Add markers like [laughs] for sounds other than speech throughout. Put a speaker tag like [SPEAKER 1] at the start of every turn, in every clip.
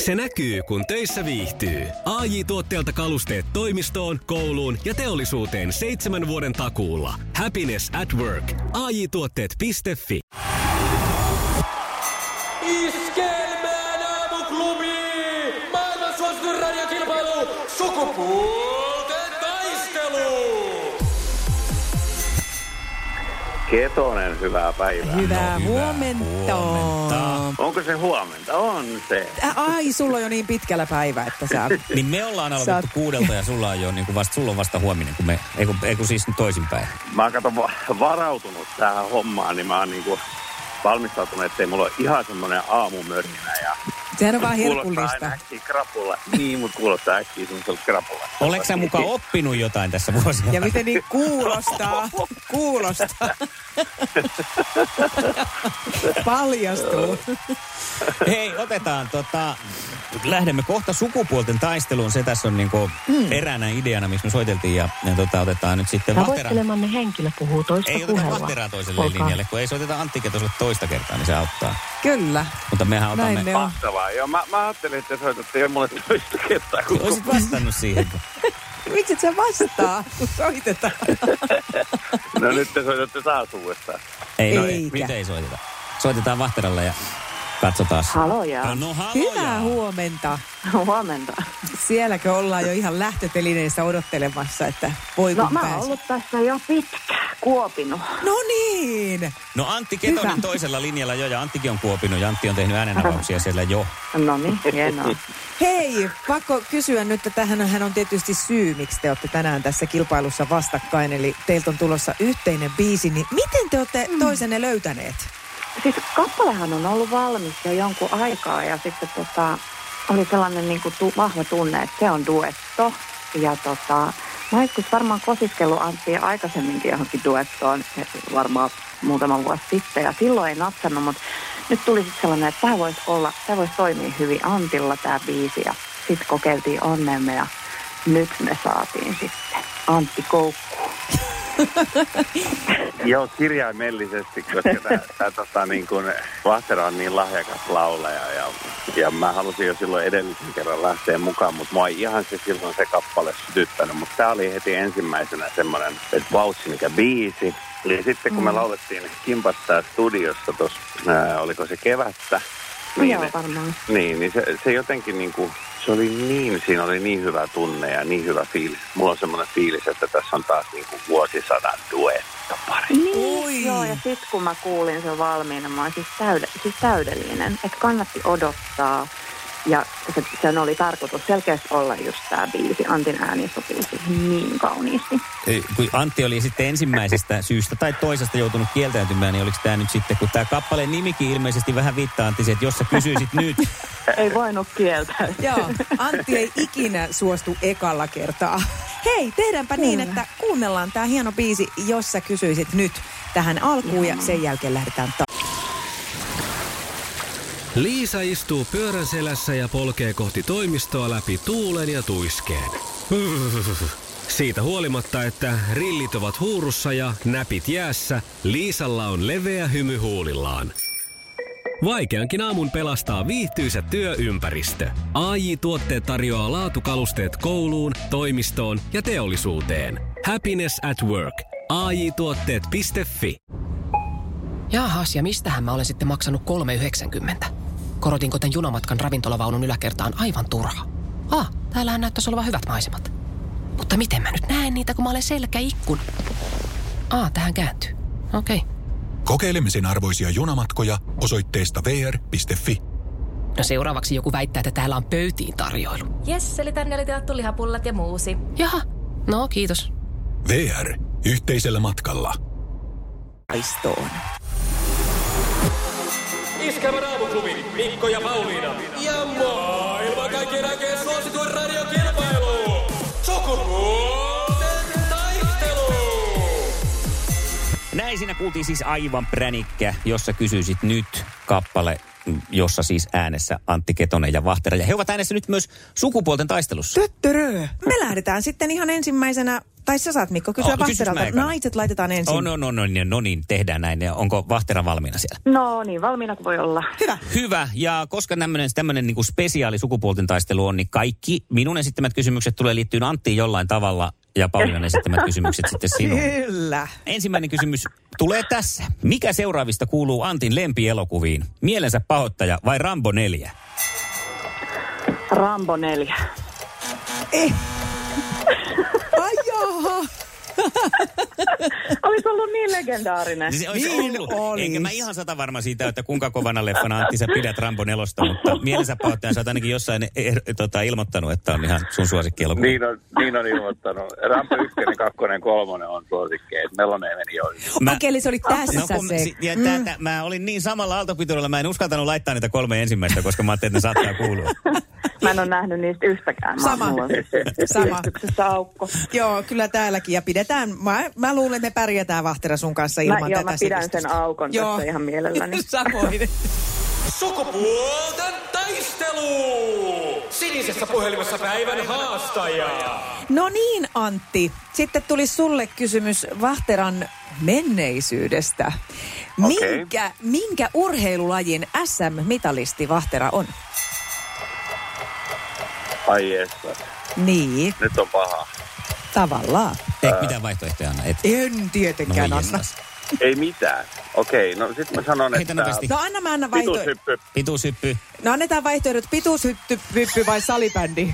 [SPEAKER 1] Se näkyy, kun töissä viihtyy. ai tuotteelta kalusteet toimistoon, kouluun ja teollisuuteen seitsemän vuoden takuulla. Happiness at work. ai tuotteetfi
[SPEAKER 2] Iskelmään aamuklubi! Maailman suosituin radiokilpailu! Sukupuolten taistelu!
[SPEAKER 3] Ketonen, hyvää päivää.
[SPEAKER 4] Hyvää
[SPEAKER 5] No, hyvää
[SPEAKER 4] huomenta.
[SPEAKER 5] huomenta.
[SPEAKER 3] Onko se huomenta? On se.
[SPEAKER 4] Ä, Ai, sulla on jo niin pitkällä päivä, että sä...
[SPEAKER 5] Niin me ollaan
[SPEAKER 4] Sä
[SPEAKER 5] aloitettu
[SPEAKER 4] oot-
[SPEAKER 5] kuudelta ja sulla on jo niin kuin vasta, sulla on vasta huominen, kun me, ei kun, ei kun siis nyt toisinpäin.
[SPEAKER 3] Mä oon kato va- varautunut tähän hommaan, niin mä oon niinku valmistautunut, ettei mulla ole ihan semmoinen aamumörkinä. Ja
[SPEAKER 4] Sehän on vaan
[SPEAKER 3] kuulostaa
[SPEAKER 4] herkullista.
[SPEAKER 3] aina äkkiä krapulla. Niin, mutta kuulostaa äkkiä semmoiselta krapulla. Niin,
[SPEAKER 5] Oletko sä mukaan oppinut jotain tässä vuosina?
[SPEAKER 4] Ja miten niin kuulostaa, kuulostaa. Paljastuu.
[SPEAKER 5] Hei, otetaan tota, lähdemme kohta sukupuolten taisteluun. Se tässä on niinku mm. eräänä ideana, miksi me soiteltiin ja, ja tota, otetaan nyt sitten vahteran.
[SPEAKER 6] Tavoittelemamme henkilö puhuu toista
[SPEAKER 5] Ei oteta
[SPEAKER 6] puhelua.
[SPEAKER 5] vahteraa toiselle
[SPEAKER 6] Olkaa
[SPEAKER 5] linjalle, kun ei soiteta Antti Ketoselle toista kertaa, niin se auttaa.
[SPEAKER 4] Kyllä.
[SPEAKER 5] Mutta mehän otamme...
[SPEAKER 4] Näin ne on.
[SPEAKER 3] Mahtavaa. Joo, mä, mä ajattelin, että te soitatte jo mulle toista kertaa. Kun
[SPEAKER 5] Niin Olisit vastannut siihen.
[SPEAKER 4] Miksi et sä vastaa, kun soitetaan?
[SPEAKER 3] No nyt te soitatte taas uudestaan.
[SPEAKER 5] Ei, no, ei,
[SPEAKER 4] Eikä.
[SPEAKER 5] nyt ei soiteta. Soitetaan vahteralle ja katsotaan.
[SPEAKER 6] Haloja.
[SPEAKER 5] No halojaa.
[SPEAKER 4] Hyvää huomenta.
[SPEAKER 5] No.
[SPEAKER 6] Huomenta.
[SPEAKER 4] Sielläkö ollaan jo ihan lähtötelineissä odottelemassa, että voi kun
[SPEAKER 6] No mä
[SPEAKER 4] pääsee?
[SPEAKER 6] oon ollut tässä jo pitkään kuopinut.
[SPEAKER 4] No niin.
[SPEAKER 5] No Antti Ketonen
[SPEAKER 4] Hyvä.
[SPEAKER 5] toisella linjalla jo ja Anttikin on kuopinut ja Antti on tehnyt äänenavauksia siellä jo.
[SPEAKER 6] No niin, hienoa.
[SPEAKER 4] Hei, pakko kysyä nyt, että tähän hän on tietysti syy, miksi te olette tänään tässä kilpailussa vastakkain, eli teiltä on tulossa yhteinen biisi, niin miten te olette toisenne löytäneet?
[SPEAKER 6] Siis kappalehan on ollut valmis jo jonkun aikaa ja sitten tota, oli sellainen niin kuin tu, vahva tunne, että se on duetto. Ja tota, mä oon joskus varmaan kosiskellut Anttia aikaisemminkin johonkin duettoon, et varmaan muutama vuosi sitten ja silloin ei natsannut, mutta nyt tuli sitten sellainen, että tämä voisi olla, tämä voisi toimia hyvin Antilla tämä biisi ja sitten kokeiltiin onnemme ja nyt me saatiin sitten Antti Koukkuun.
[SPEAKER 3] Joo, kirjaimellisesti, koska tää, tää tota, niin kun, Vahtera on niin lahjakas laulaja ja, ja mä halusin jo silloin edellisen kerran lähteä mukaan, mutta mua ei ihan se silloin se kappale sytyttänyt, mutta tää oli heti ensimmäisenä semmoinen, että vautsi mikä biisi. Eli sitten kun me laulettiin Kimpattaa studiossa tuossa, oliko se kevättä, niin,
[SPEAKER 6] Joo, varmaan.
[SPEAKER 3] niin, niin se, se jotenkin niin kuin, se oli niin, siinä oli niin hyvä tunne ja niin hyvä fiilis. Mulla on semmoinen fiilis, että tässä on taas niin kuin vuosisadan duetto pari.
[SPEAKER 6] Niin,
[SPEAKER 4] Oi.
[SPEAKER 6] joo, ja sitten kun mä kuulin sen valmiina, mä olin siis, täydä, siis täydellinen, että kannatti odottaa. Ja se, sen oli tarkoitus selkeästi olla just tämä biisi, Antin ääni sopii siihen niin kauniisti.
[SPEAKER 5] Ei, E, Kun Antti oli sitten ensimmäisestä syystä tai toisesta joutunut kieltäytymään, niin oliko tämä nyt sitten, kun tämä kappaleen nimikin ilmeisesti vähän viittaa Antti, siihen, että jos sä kysyisit nyt,
[SPEAKER 6] Ei voinut kieltää.
[SPEAKER 4] Joo, Antti ei ikinä suostu ekalla kertaa. Hei, tehdäänpä niin,
[SPEAKER 6] Kyllä.
[SPEAKER 4] että kuunnellaan tämä hieno biisi, jos sä kysyisit nyt tähän alkuun ja sen jälkeen lähdetään ta-
[SPEAKER 1] Liisa istuu pyörän selässä ja polkee kohti toimistoa läpi tuulen ja tuiskeen. Siitä huolimatta, että rillit ovat huurussa ja näpit jäässä, Liisalla on leveä hymy huulillaan. Vaikeankin aamun pelastaa viihtyisä työympäristö. ai tuotteet tarjoaa laatukalusteet kouluun, toimistoon ja teollisuuteen. Happiness at work. aj tuotteetfi
[SPEAKER 7] Jaahas, ja mistähän mä olen sitten maksanut 3,90? Korotinko tämän junamatkan ravintolavaunun yläkertaan aivan turha? Ah, täällähän näyttäisi olevan hyvät maisemat. Mutta miten mä nyt näen niitä, kun mä olen selkäikkun? Ah, tähän kääntyy. Okei.
[SPEAKER 8] Kokeilemisen arvoisia junamatkoja osoitteesta vr.fi.
[SPEAKER 7] No seuraavaksi joku väittää, että täällä on pöytiin tarjoilu.
[SPEAKER 9] Jes, eli tänne oli tilattu lihapullat ja muusi.
[SPEAKER 7] Jaha, no kiitos.
[SPEAKER 8] VR. Yhteisellä matkalla.
[SPEAKER 4] taistoon.
[SPEAKER 2] Iskelmän aamuklubi, Mikko ja Pauliina. Ja maailman kaikkien aikeen suosituin radiokilpailu! Sukupuolten taistelu!
[SPEAKER 5] näin siinä kuultiin siis aivan pränikkä, jos sä kysyisit nyt kappale, jossa siis äänessä Antti Ketonen ja Vahtera. Ja he ovat äänessä nyt myös sukupuolten taistelussa.
[SPEAKER 4] Töttörö. Me lähdetään sitten ihan ensimmäisenä Tai sä saat Mikko kysyä
[SPEAKER 5] Oh,
[SPEAKER 4] oh,
[SPEAKER 5] kysys mä
[SPEAKER 4] Vasteralta.
[SPEAKER 5] ekana.
[SPEAKER 4] Naiset laitetaan ensin.
[SPEAKER 5] On, on, on, on, ja no niin, tehdään näin. Ja Onko Vahtera valmiina siellä?
[SPEAKER 6] No niin, valmiina kuin voi olla.
[SPEAKER 4] Hyvä.
[SPEAKER 5] Hyvä, ja koska tämmöinen niinku spesiaali sukupuolten taistelu on, niin kaikki minun esittämät kysymykset tulee liittyyn Anttiin jollain tavalla ja Paulian esittämät kysymykset sitten sinuun.
[SPEAKER 4] Kyllä.
[SPEAKER 5] Ensimmäinen kysymys tulee tässä. Mikä seuraavista kuuluu Antin lempielokuviin? Mielensä pahoittaja vai Rambo 4?
[SPEAKER 6] Rambo 4.
[SPEAKER 4] Eh. Ai
[SPEAKER 6] [laughs]
[SPEAKER 4] jaha.
[SPEAKER 6] Olisi ollut niin legendaarinen.
[SPEAKER 5] Se Siis olisi
[SPEAKER 4] Niin
[SPEAKER 5] ollut.
[SPEAKER 4] olisi.
[SPEAKER 5] Enkä mä ihan sata varma siitä, että kuinka kovana leffana Antti sä pidät Rambo 4, mutta mielensä pahoittajan sä oot ainakin jossain er, tota, ilmoittanut, että on ihan sun suosikkielokuva.
[SPEAKER 3] Niin on, niin on ilmoittanut. Rampo 1, 2, 3 on suosikkeja. Nelonen meni ohi.
[SPEAKER 4] Mä... Okei, eli se oli tässä
[SPEAKER 5] No, kun,
[SPEAKER 4] se.
[SPEAKER 5] si- ja mm. tätä, mä olin niin samalla aaltopituudella, mä en uskaltanut laittaa niitä kolme ensimmäistä, koska mä ajattelin, että ne saattaa kuulua.
[SPEAKER 6] Mä en ole nähnyt niistä yhtäkään. Mä oon-
[SPEAKER 4] Sama.
[SPEAKER 6] mulla on siis
[SPEAKER 4] Sama.
[SPEAKER 6] yhdistyksessä aukko.
[SPEAKER 4] Joo, kyllä täälläkin. Ja pidetään, mä, mä luulen, että me pärjätään Vahtera sun kanssa ilman
[SPEAKER 6] Mä,
[SPEAKER 4] tätä
[SPEAKER 6] joo, mä pidän
[SPEAKER 4] selitystä.
[SPEAKER 6] sen aukon
[SPEAKER 4] Joo.
[SPEAKER 6] tässä ihan
[SPEAKER 4] [laughs]
[SPEAKER 6] mielelläni.
[SPEAKER 4] Samoin.
[SPEAKER 2] Sukupuolten taistelu! Sinisessä puhelimessa päivän haastaja.
[SPEAKER 4] No niin, Antti. Sitten tuli sulle kysymys Vahteran menneisyydestä.
[SPEAKER 3] Okei.
[SPEAKER 4] Minkä, minkä urheilulajin SM-mitalisti Vahtera on?
[SPEAKER 3] Ai jestas.
[SPEAKER 4] Niin,
[SPEAKER 3] Nyt on paha.
[SPEAKER 4] tavallaan.
[SPEAKER 5] Ei mitään vaihtoehtoja anna. Et,
[SPEAKER 4] En
[SPEAKER 5] no,
[SPEAKER 4] tietenkään
[SPEAKER 5] voi
[SPEAKER 4] anna.
[SPEAKER 5] jestas.
[SPEAKER 3] Ei mitään. Okei, no sit mä sanon,
[SPEAKER 5] Heitä
[SPEAKER 3] että...
[SPEAKER 5] nopeasti.
[SPEAKER 4] No anna mä anna vaihtoehdot.
[SPEAKER 3] Pituushyppy.
[SPEAKER 5] Pituushyppy.
[SPEAKER 4] No annetaan vaihtoehdot pituushyppy vai
[SPEAKER 6] [laughs]
[SPEAKER 4] salibändi.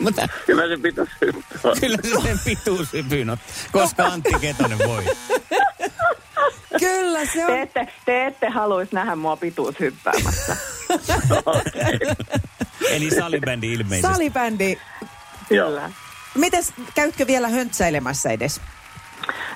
[SPEAKER 5] Mutta
[SPEAKER 3] Kyllä se pituushyppy on.
[SPEAKER 5] kyllä se sen pituushypyn on, koska Antti Ketonen voi.
[SPEAKER 4] Kyllä se
[SPEAKER 6] Te
[SPEAKER 4] on.
[SPEAKER 6] ette, te ette haluaisi nähdä mua
[SPEAKER 4] [laughs]
[SPEAKER 6] pituushyppäämässä.
[SPEAKER 5] Eli salibändi ilmeisesti.
[SPEAKER 4] Salibändi.
[SPEAKER 6] Kyllä.
[SPEAKER 4] Mites, käytkö vielä höntsäilemässä edes?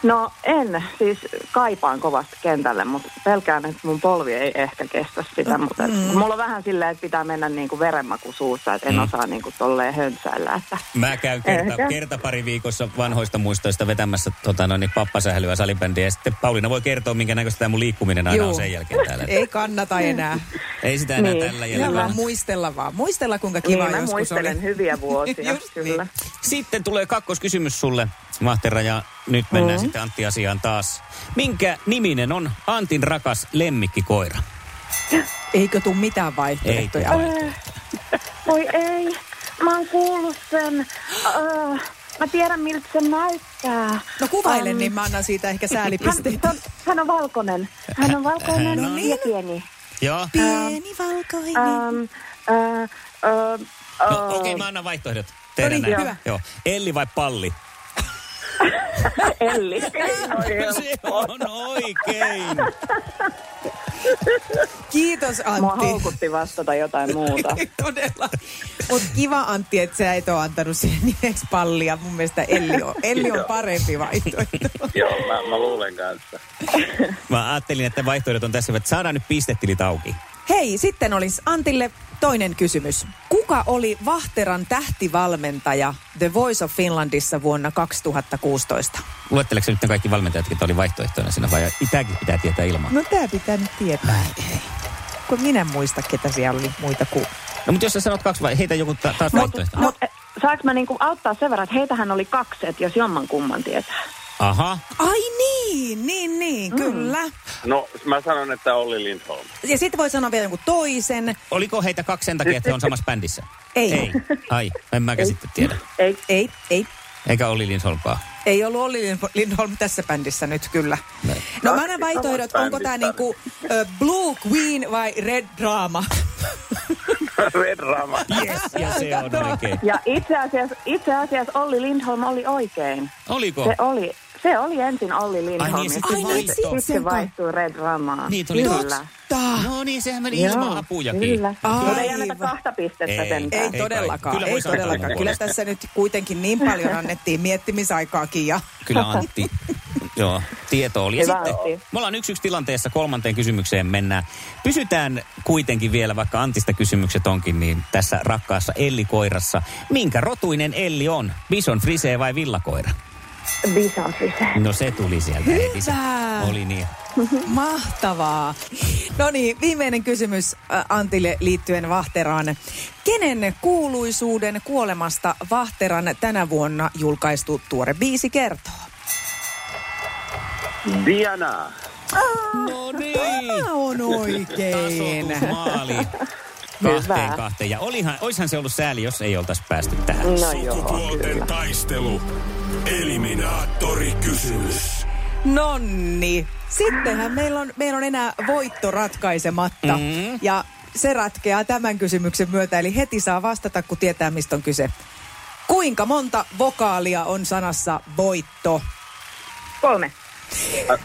[SPEAKER 6] No en, siis kaipaan kovasti kentälle, mutta pelkään, että mun polvi ei ehkä kestä sitä. Mutta mm. mulla on vähän silleen, että pitää mennä niin kuin verenmaku suussa, että en mm. osaa niin kuin tolleen höntsäillä. Että. Niin
[SPEAKER 5] Mä käyn kerta,
[SPEAKER 6] Ehkä.
[SPEAKER 5] kerta pari viikossa vanhoista muistoista vetämässä tota, no, niin, pappasählyä salibändiä. Ja sitten Pauliina voi kertoa, minkä näköistä tämä mun liikkuminen aina
[SPEAKER 4] Juu.
[SPEAKER 5] on sen
[SPEAKER 4] [laughs]
[SPEAKER 5] jälkeen täällä.
[SPEAKER 4] Ei kannata enää.
[SPEAKER 5] Ei sitä enää
[SPEAKER 6] Niin.
[SPEAKER 5] tällä
[SPEAKER 4] Kyllä
[SPEAKER 5] jäljellä.
[SPEAKER 4] vaan muistella vaan. Muistella kuinka
[SPEAKER 6] Niin,
[SPEAKER 4] kiva
[SPEAKER 6] mä
[SPEAKER 4] joskus oli. [laughs]
[SPEAKER 6] muistelen hyviä vuosia,
[SPEAKER 4] Just niin.
[SPEAKER 6] kyllä.
[SPEAKER 5] Sitten tulee kakkoskysymys sulle, Mahtera, ja nyt mennään mm. sitten Antti-asiaan taas. Minkä niminen on Antin rakas lemmikkikoira?
[SPEAKER 4] Eikö tuu mitään
[SPEAKER 5] Ei,
[SPEAKER 4] vaihtoehtoja?
[SPEAKER 5] tuo.
[SPEAKER 6] Voi ei, mä oon kuullut sen. Öö, mä tiedän, miltä se näyttää.
[SPEAKER 4] No kuvaile,
[SPEAKER 6] Äm,
[SPEAKER 4] niin mä annan siitä ehkä
[SPEAKER 6] hän,
[SPEAKER 4] säälipisteitä.
[SPEAKER 6] hän, hän on valkoinen. Hän on valkoinen
[SPEAKER 5] on-
[SPEAKER 6] ja pieni.
[SPEAKER 5] Joo.
[SPEAKER 4] Pieni valkoinen.
[SPEAKER 6] Öm, öö, öö,
[SPEAKER 5] niin. No, Okei, okay, mä annan vaihtoehdot.
[SPEAKER 4] No
[SPEAKER 5] Tehdään
[SPEAKER 4] niin,
[SPEAKER 5] näin.
[SPEAKER 4] hyvä.
[SPEAKER 5] Joo. Elli vai palli? [laughs]
[SPEAKER 6] Elli.
[SPEAKER 5] Se on oikein.
[SPEAKER 4] Kiitos
[SPEAKER 6] Mua
[SPEAKER 4] Antti.
[SPEAKER 6] houkutti vastata jotain
[SPEAKER 5] No.
[SPEAKER 6] muuta.
[SPEAKER 4] Todella. Mut kiva Antti, että sä et ole antanut siihen nimeksi pallia. Mun mielestä Elli on, Elli on
[SPEAKER 3] Joo.
[SPEAKER 4] parempi vaihtoehto.
[SPEAKER 3] Joo, mä, mä luulen kanssa.
[SPEAKER 5] Mä ajattelin, että vaihtoehdot on tässä, että saadaan nyt pistetilit auki.
[SPEAKER 4] Hei, sitten olisi Antille toinen kysymys. Kuka oli Vahteran tähtivalmentaja The Voice of Finlandissa vuonna 2016?
[SPEAKER 5] Luetteleeko nyt ne kaikki valmentajat, jotka oli vaihtoehtoina siinä, vai tämäkin pitää tietää ilman?
[SPEAKER 4] No tää pitää nyt tietää. Kun minä en muista, ketä siellä oli muita kuin...
[SPEAKER 5] No, mutta jos sä sanot kaksi, vai heitä joku ta- taas
[SPEAKER 4] No,
[SPEAKER 5] vaihtoehto.
[SPEAKER 6] Mut, eh, saanko mä niinku auttaa sen verran, että heitähän oli kaksi, että jos jommankumman tietää.
[SPEAKER 5] Aha.
[SPEAKER 4] Ai niin, niin, niin, mm. kyllä.
[SPEAKER 3] No, mä sanon, että Olli Lindholm. [laughs]
[SPEAKER 4] Ja sitten voi sanoa vielä jonkun toisen.
[SPEAKER 5] Oliko heitä kaksi sen takia, että he on samassa
[SPEAKER 6] [laughs]
[SPEAKER 5] bändissä?
[SPEAKER 4] Ei.
[SPEAKER 5] Ei. Ai, en mäkään sitten tiedä.
[SPEAKER 6] Ei,
[SPEAKER 4] Ei, ei.
[SPEAKER 5] Eikä Olli Lindholmkaan.
[SPEAKER 4] Ei ollut Olli Lindholm- Lindholm tässä bändissä nyt kyllä. No mä annan vaihtoehdot,
[SPEAKER 3] Samassa
[SPEAKER 4] onko tämä
[SPEAKER 3] bändissä.
[SPEAKER 4] niinku ö, Blue Queen vai Red Drama? [laughs]
[SPEAKER 3] Red Rama.
[SPEAKER 5] Yes, ja se on oikein.
[SPEAKER 6] ja itse asiassa, itse asiassa Olli Lindholm oli oikein.
[SPEAKER 5] Oliko?
[SPEAKER 6] Se oli, se oli ensin Olli Lindholm.
[SPEAKER 5] Oh. Ai niin, sitten
[SPEAKER 6] ja
[SPEAKER 5] vaihto.
[SPEAKER 6] sitten se vaihtui Red Ramaan.
[SPEAKER 5] Niin tuli
[SPEAKER 6] kyllä.
[SPEAKER 4] Tää.
[SPEAKER 5] No niin, sehän meni
[SPEAKER 6] Joo,
[SPEAKER 5] ilman apujakin.
[SPEAKER 6] Kyllä.
[SPEAKER 4] Aivan.
[SPEAKER 6] Mutta ei anneta kahta pistettä
[SPEAKER 5] Ei.
[SPEAKER 6] sentään.
[SPEAKER 4] Ei
[SPEAKER 5] kai.
[SPEAKER 4] todellakaan,
[SPEAKER 5] Kyllä
[SPEAKER 4] ei
[SPEAKER 5] muistetaan
[SPEAKER 4] todellakaan.
[SPEAKER 5] mun
[SPEAKER 4] Kyllä
[SPEAKER 5] puolesta.
[SPEAKER 4] tässä nyt kuitenkin niin paljon annettiin miettimisaikaakin [laughs] ja
[SPEAKER 5] Kyllä
[SPEAKER 6] [laughs]
[SPEAKER 5] Antti. Joo, tieto oli. Ja
[SPEAKER 6] Hyvä,
[SPEAKER 5] sitten,
[SPEAKER 6] Antti.
[SPEAKER 5] me ollaan yksi yksi tilanteessa kolmanteen kysymykseen mennään. Pysytään kuitenkin vielä, vaikka Antista kysymykset onkin, niin tässä rakkaassa Elli-koirassa. Minkä rotuinen Elli on? Bison, frisee vai villakoira?
[SPEAKER 6] Bisonfrise.
[SPEAKER 5] No se tuli sieltä heti. Se
[SPEAKER 4] Hyvä.
[SPEAKER 5] oli niin.
[SPEAKER 4] Mahtavaa. No niin, viimeinen kysymys ä, Antille liittyen Vahteraan. Kenen kuuluisuuden kuolemasta Vahteran tänä vuonna julkaistu tuore biisi kertoo?
[SPEAKER 3] Diana!
[SPEAKER 5] No niin.
[SPEAKER 4] Tämä on oikein.
[SPEAKER 5] Tasoitusmaali. Kahteen kahteen. Ja olihan, oishan se ollut sääli, jos ei oltaisi päästy tähän.
[SPEAKER 6] No joo.
[SPEAKER 8] Sukupuolten taistelu. Eliminaattori kysymys.
[SPEAKER 4] Nonni. Sittenhän meillä on, meillä on enää voitto ratkaisematta. Mm-hmm. Ja se ratkeaa tämän kysymyksen myötä. Eli heti saa vastata, kun tietää, mistä on kyse. Kuinka monta vokaalia on sanassa voitto?
[SPEAKER 6] Kolme.
[SPEAKER 4] Tämä on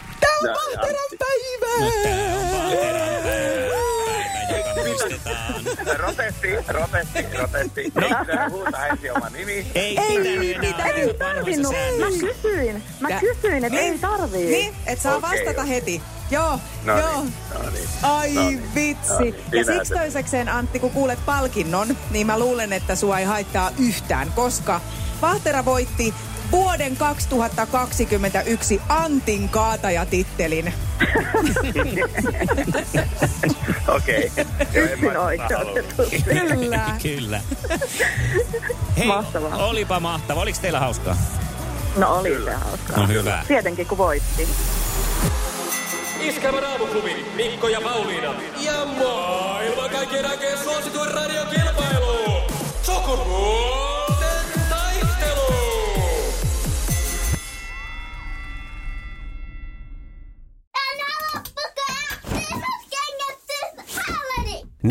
[SPEAKER 3] Ja- ja-
[SPEAKER 4] Vahteran päivä!
[SPEAKER 5] Tää on Vaahteran päivä, joka muistetaan.
[SPEAKER 3] Protesti, protesti, protesti. Ei huuta ensin oma nimi.
[SPEAKER 5] No. Ei,
[SPEAKER 4] Ei
[SPEAKER 5] pitänyt enää
[SPEAKER 6] Ei
[SPEAKER 5] olla vanhoissa
[SPEAKER 6] tarvinnut.
[SPEAKER 5] säännöissä.
[SPEAKER 6] Mä kysyin. Mä
[SPEAKER 4] Tää-
[SPEAKER 6] kysyin, että ei tarvii.
[SPEAKER 4] Niin, et saa
[SPEAKER 3] Okei,
[SPEAKER 4] vastata
[SPEAKER 3] joo.
[SPEAKER 4] heti. Joo,
[SPEAKER 3] No
[SPEAKER 4] joo.
[SPEAKER 3] niin, no niin.
[SPEAKER 4] Ai
[SPEAKER 3] No niin,
[SPEAKER 4] vitsi.
[SPEAKER 3] no niin,
[SPEAKER 4] ja
[SPEAKER 3] sinä
[SPEAKER 4] siksi
[SPEAKER 3] se-
[SPEAKER 4] toisekseen, Antti, kun kuulet palkinnon, niin mä luulen, että sua ei haittaa yhtään, koska Vahtera voitti vuoden 2021 Antin kaatajatittelin.
[SPEAKER 3] Okei. Joo, en mä
[SPEAKER 6] Yksin
[SPEAKER 3] sitä halunnut.
[SPEAKER 6] oikeutettu.
[SPEAKER 4] Kyllä.
[SPEAKER 5] [laughs] Kyllä. Hei,
[SPEAKER 6] Mahtavaa.
[SPEAKER 5] olipa mahtava. Oliko teillä hauskaa?
[SPEAKER 6] No oli se hauskaa.
[SPEAKER 5] No hyvä.
[SPEAKER 6] Tietenkin kun voitti.
[SPEAKER 2] Iskävä raamuklubi, Mikko ja Pauliina. Ja maailman kaikkien aikeen suosituen radiokilpailu. Sukupuolten taistelu.